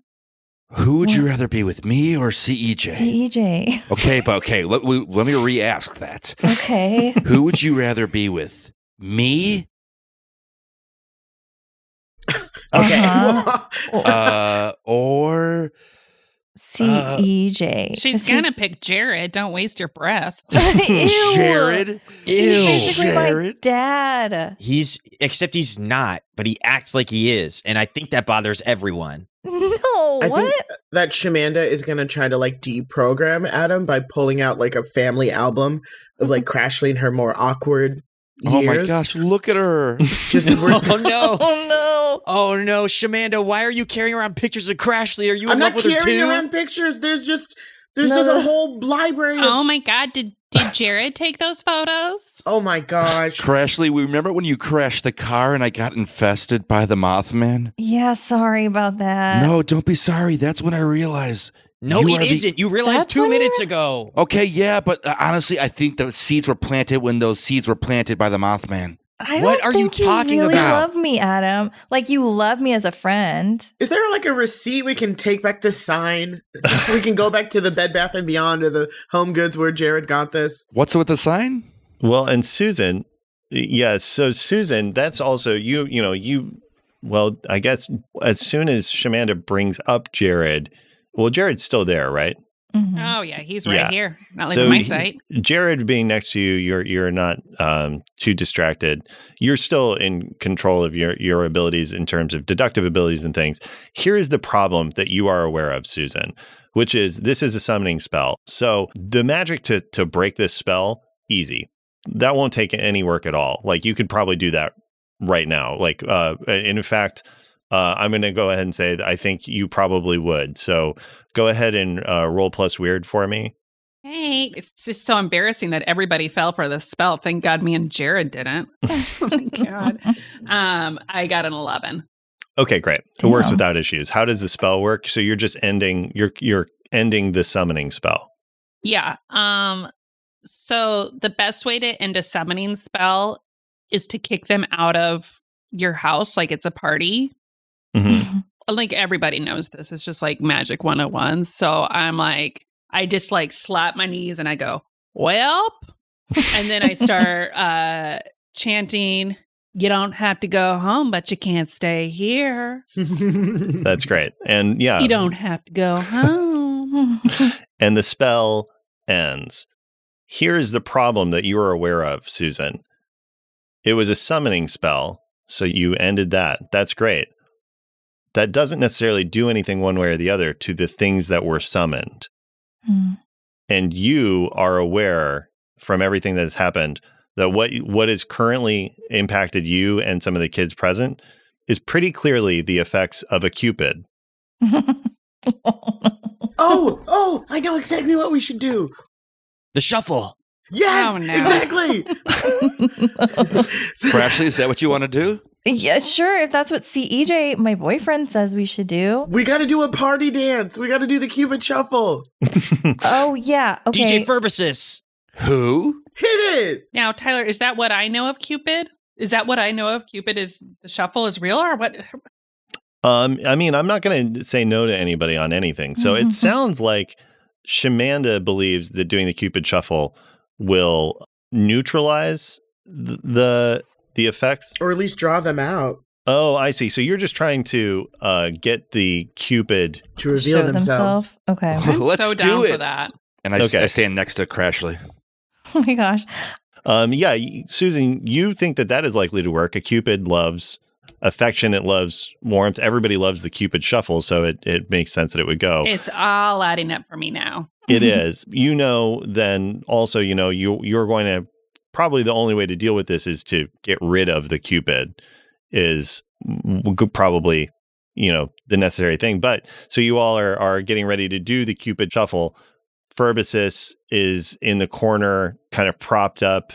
Who would you What? rather be with, me or CEJ? E E CEJ. okay, but okay. Let, we- let me re-ask that. Okay. Who would you rather be with, [LAUGHS] me? Okay. Uh-huh. Uh, or Uh, CEJ. She's E This is- gonna pick Jared. Don't waste your breath. [LAUGHS] [LAUGHS] Ew. Jared. He's Ew. basically my Jared. dad. He's except he's not, but he acts like he is, and I think that bothers everyone. No, I what? think [LAUGHS] that Shamanda is gonna try to like deprogram Adam by pulling out like a family album of like Crashly and her more awkward Oh my years. gosh, look at her. [LAUGHS] [LAUGHS] Just oh no. oh no. Oh no, Shamanda, why are you carrying around pictures of Crashly? Are you I'm in not love with her carrying too? around pictures. There's just there's No, just no. a whole library. Of, oh my god, did did Jared take those photos? oh my gosh. Crashly, we remember when you crashed the car and I got infested by the Mothman? Yeah, sorry about Uh, that. no, don't be sorry. That's when I realized. No, You it are the- isn't. You realized That's two when you minutes re- ago. Okay, yeah, but uh, honestly, I think the seeds were planted when those seeds were planted by the Mothman. I What don't are you think talking really love about? me, Adam. Like you love me as a friend. Is there like a receipt we can take back this [LAUGHS] sign? we can go back to the Bed Bath and Beyond or the Home Goods where Jared got this. What's with the sign? Well, and Susan, yes. So Susan, that's also you. You know, you. Well, I guess as soon as Shamanda brings up Jared, well, Jared's still there, right? Mhm. Oh yeah, he's right Yeah. here. Not like So my he- site. Jared being next to you, you're you're not um, too distracted. You're still in control of your your abilities in terms of deductive abilities and things. Here is the problem that you are aware of, Susan, which is this is a summoning spell. So the magic to to break this spell easy. That won't take any work at all. Like you could probably do that right now. Like uh, and in fact. Uh, I'm going to go ahead and say that I think you probably would. So go ahead and uh, roll plus weird for me. Hey, it's just so embarrassing that everybody fell for this spell. Thank God me and Jared didn't. [LAUGHS] oh [LAUGHS] my [LAUGHS] god. Um, I got an eleven. Okay, great. It works Damn. without issues. How does the spell work? So you're just ending you're you're ending the summoning spell. Yeah. Um, so the best way to end a summoning spell is to kick them out of your house like it's a party. Mm-hmm. [LAUGHS] Like everybody knows this. It's just like magic 101. So I'm like, I just like slap my knees and I go, Welp. and then I start [LAUGHS] uh chanting, You don't have to go home, but you can't stay here. That's great. And yeah, You Um. don't have to go home. and the spell ends. Here is the problem that you are aware of, Susan. It was a summoning spell, so you ended that. That's great. That doesn't necessarily do anything one way or the other to the things that were summoned. Mhm. and you are aware from everything that has happened that what what is currently impacted you and some of the kids present is pretty clearly the effects of a cupid. [LAUGHS] oh, oh, I know exactly what we should do. The shuffle. Yes, Oh, [LAUGHS] no. exactly. [LAUGHS] Crashly, is that what you want to do? yeah, sure. If that's what CEJ, my boyfriend, says we should do. We got to do a party dance. We got to do the Cupid shuffle. Oh yeah. Okay. DJ Furbasis. Who? Hit it. Now, Tyler, is that what I know of Cupid? Is that what I know of Cupid? Is the shuffle is real or [LAUGHS] what? Um, I mean, I'm not going to say no to anybody on anything. So it sounds like Shamanda believes that doing the cupid shuffle will neutralize th- the the effects. Or at least draw them out Oh, I see. So you're just trying to uh, get the cupid. to reveal Show themselves. themself. Okay. [LAUGHS] [LAUGHS] I'm Let's so do down for it. that. And I, s- Okay. I stand next to Crashly. Oh my gosh. Um, yeah, y- Susan, you think that that is likely to work. A cupid loves affection, it loves warmth. Everybody loves the cupid shuffle, so it it makes sense that it would Oh. go. It's all adding up for me now. it is. You know, then also, you know, you you're going to probably the only way to deal with this is to get rid of the cupid is w- g- probably you know the necessary thing. But so you all are are getting ready to do the cupid shuffle. Furbasis is in the corner, kind of propped up,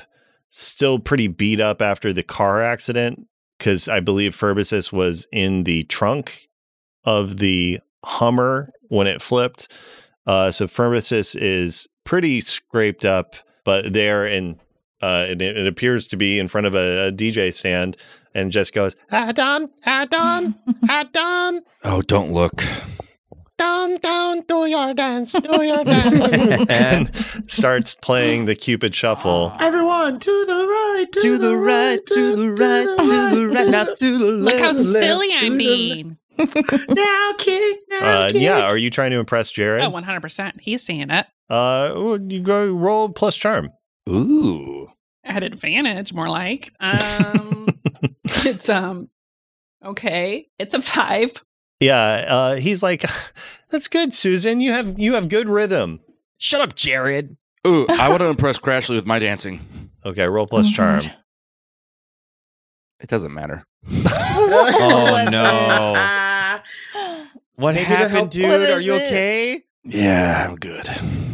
still pretty beat up after the car accident. Because I believe Furbasis was in the trunk of the Hummer when it flipped. Uh, so Furbasis is pretty scraped up, but there and uh, and it, it appears to be in front of a, a DJ stand and just goes, [LAUGHS] Adam, [LAUGHS] Adam, Adam, Oh, don't look. down, down, do your dance, do [LAUGHS] your dance. and starts playing the Cupid Shuffle. Everyone to the right, to, To the right, to the right, to the right, not to the left. Look how Left, silly left, I'm being. [LAUGHS] now, kid. Now, Uh, kid. yeah, [LAUGHS] are you trying to impress Jared? Oh, 100%. He's seeing it Uh, ooh, you go roll plus charm. Ooh. at advantage, more like. Um, it's, um, okay. It's a five. Yeah, uh, he's like, [LAUGHS] that's good, Susan. You have you have good rhythm. Shut up, Jared. Ooh, I want to impress Crashly with my dancing. Okay, roll plus Oh, charm. God. It doesn't matter. Oh, [LAUGHS] no. What Maybe they'll help- happened, dude? What Are is you it? okay? Oh Yeah, I'm good.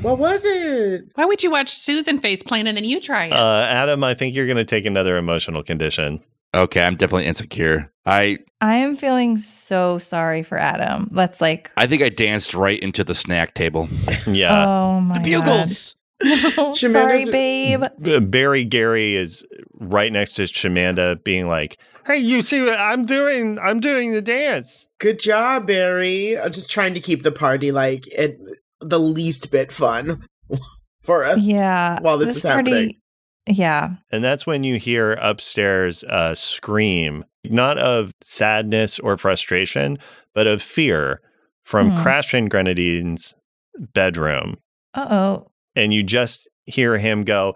what was it? Why would you watch Susan face plan and then you try it? Uh, Adam, I think you're going to take another emotional condition. Okay, I'm definitely insecure. I I am feeling so sorry for Adam. That's like, I think I danced right into the snack table. Yeah, oh my The bugles. God. sorry, Shamanda's- babe. B- Barry Gary is right next to Shamanda, being like, "Hey, you see what I'm doing? I'm doing the dance." Good job, Barry. I'm just trying to keep the party like it, the least bit fun [LAUGHS] for us. Yeah. While this is happening. Yeah. And that's when you hear upstairs a scream, not of sadness or frustration, but of fear from Hmm. Crash and Grenadine's bedroom. Uh oh. And you just hear him go,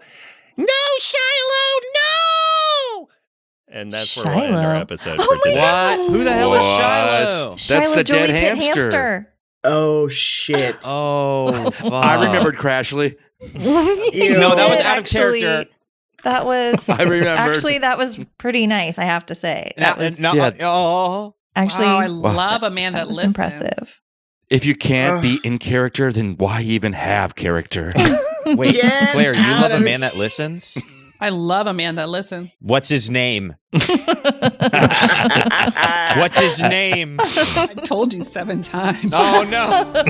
No, Shiloh, no. And that's where we'll end our Shiloh. episode Oh for my today. God. What? Who the hell is [LAUGHS] What? Shiloh? That's the dead Pit hamster. Oh shit. Oh, fuck. I remembered Crashly. You No, that did was out of character. That was [LAUGHS] I remembered. actually that was pretty nice. I have to say that Not, was not, Yeah. [LAUGHS] oh. actually wow, I Wow. love a man that that, was listens. impressive. If you can't Ugh. be in character, then why even have character? Wait, Get Claire, you out love a of man that listens? I love a man that listens. What's his name? Uh, What's [LAUGHS] his name? I told you seven times. Oh, no.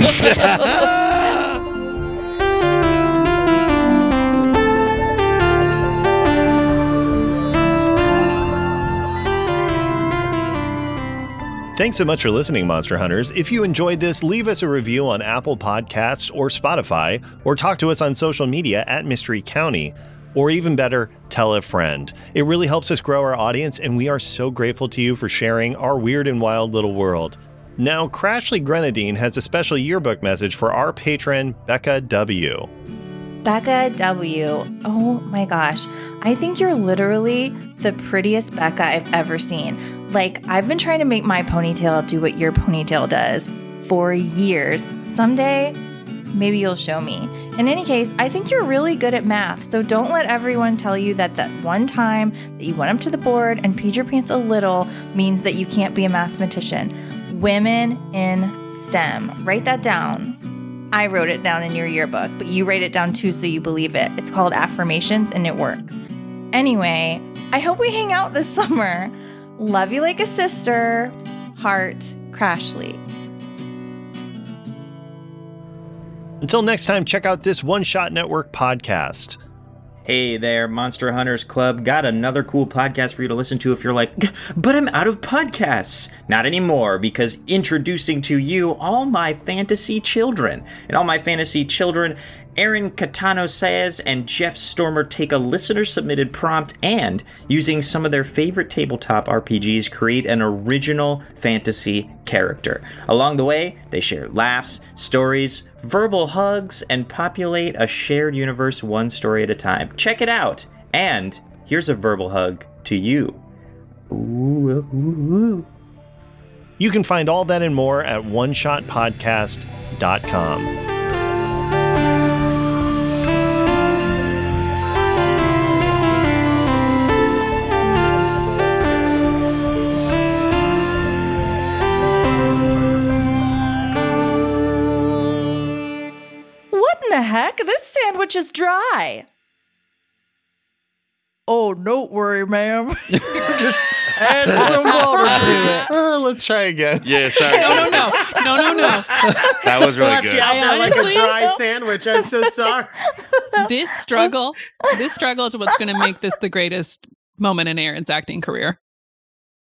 Thanks so much for listening, Monster Hunters. If you enjoyed this, leave us a review on Apple Podcasts or Spotify, or talk to us on social media at Mystery County. Or even better, tell a friend. It really helps us grow our audience, and we are so grateful to you for sharing our weird and wild little world. Now, Crashly Grenadine has a special yearbook message for our patron, Becca W. Becca W. Oh my gosh. I think you're literally the prettiest Becca I've ever seen. Like, I've been trying to make my ponytail do what your ponytail does for years. Someday, maybe you'll show me. In any case, I think you're really good at math, so don't let everyone tell you that that one time that you went up to the board and peed your pants a little means that you can't be a mathematician. Women in STEM. Write that down. I wrote it down in your yearbook, but you write it down too so you believe it. It's called affirmations and it works. Anyway, I hope we hang out this [LAUGHS] summer. Love you like a sister. Heart, Crashly. Until next time, check out this One Shot Network podcast. Hey there, Monster Hunters Club. Got another cool podcast for you to listen to if you're like, but I'm out of podcasts. Not anymore, because introducing to you all my fantasy children. And all my fantasy children, Aaron Catano Saez and Jeff Stormer take a listener submitted prompt and, using some of their favorite tabletop RPGs, create an original fantasy character. Along the way, they share laughs, stories, verbal hugs, and populate a shared universe one story at a time. Check it out! And here's a verbal hug to you. Ooh, ooh, ooh, ooh. You can find all that and more at oneshotpodcast.com. What in the heck? This sandwich is dry. Oh, don't worry, ma'am. add some [LAUGHS] water to Uh, let's try again. yeah, sorry. [LAUGHS] no, no, no. No, no, no. That was really Left you good. out I there like a honestly- dry sandwich. I'm so sorry. this struggle, this struggle is what's going to make this the greatest moment in Aaron's acting career.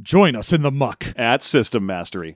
Join us in the muck. at System Mastery.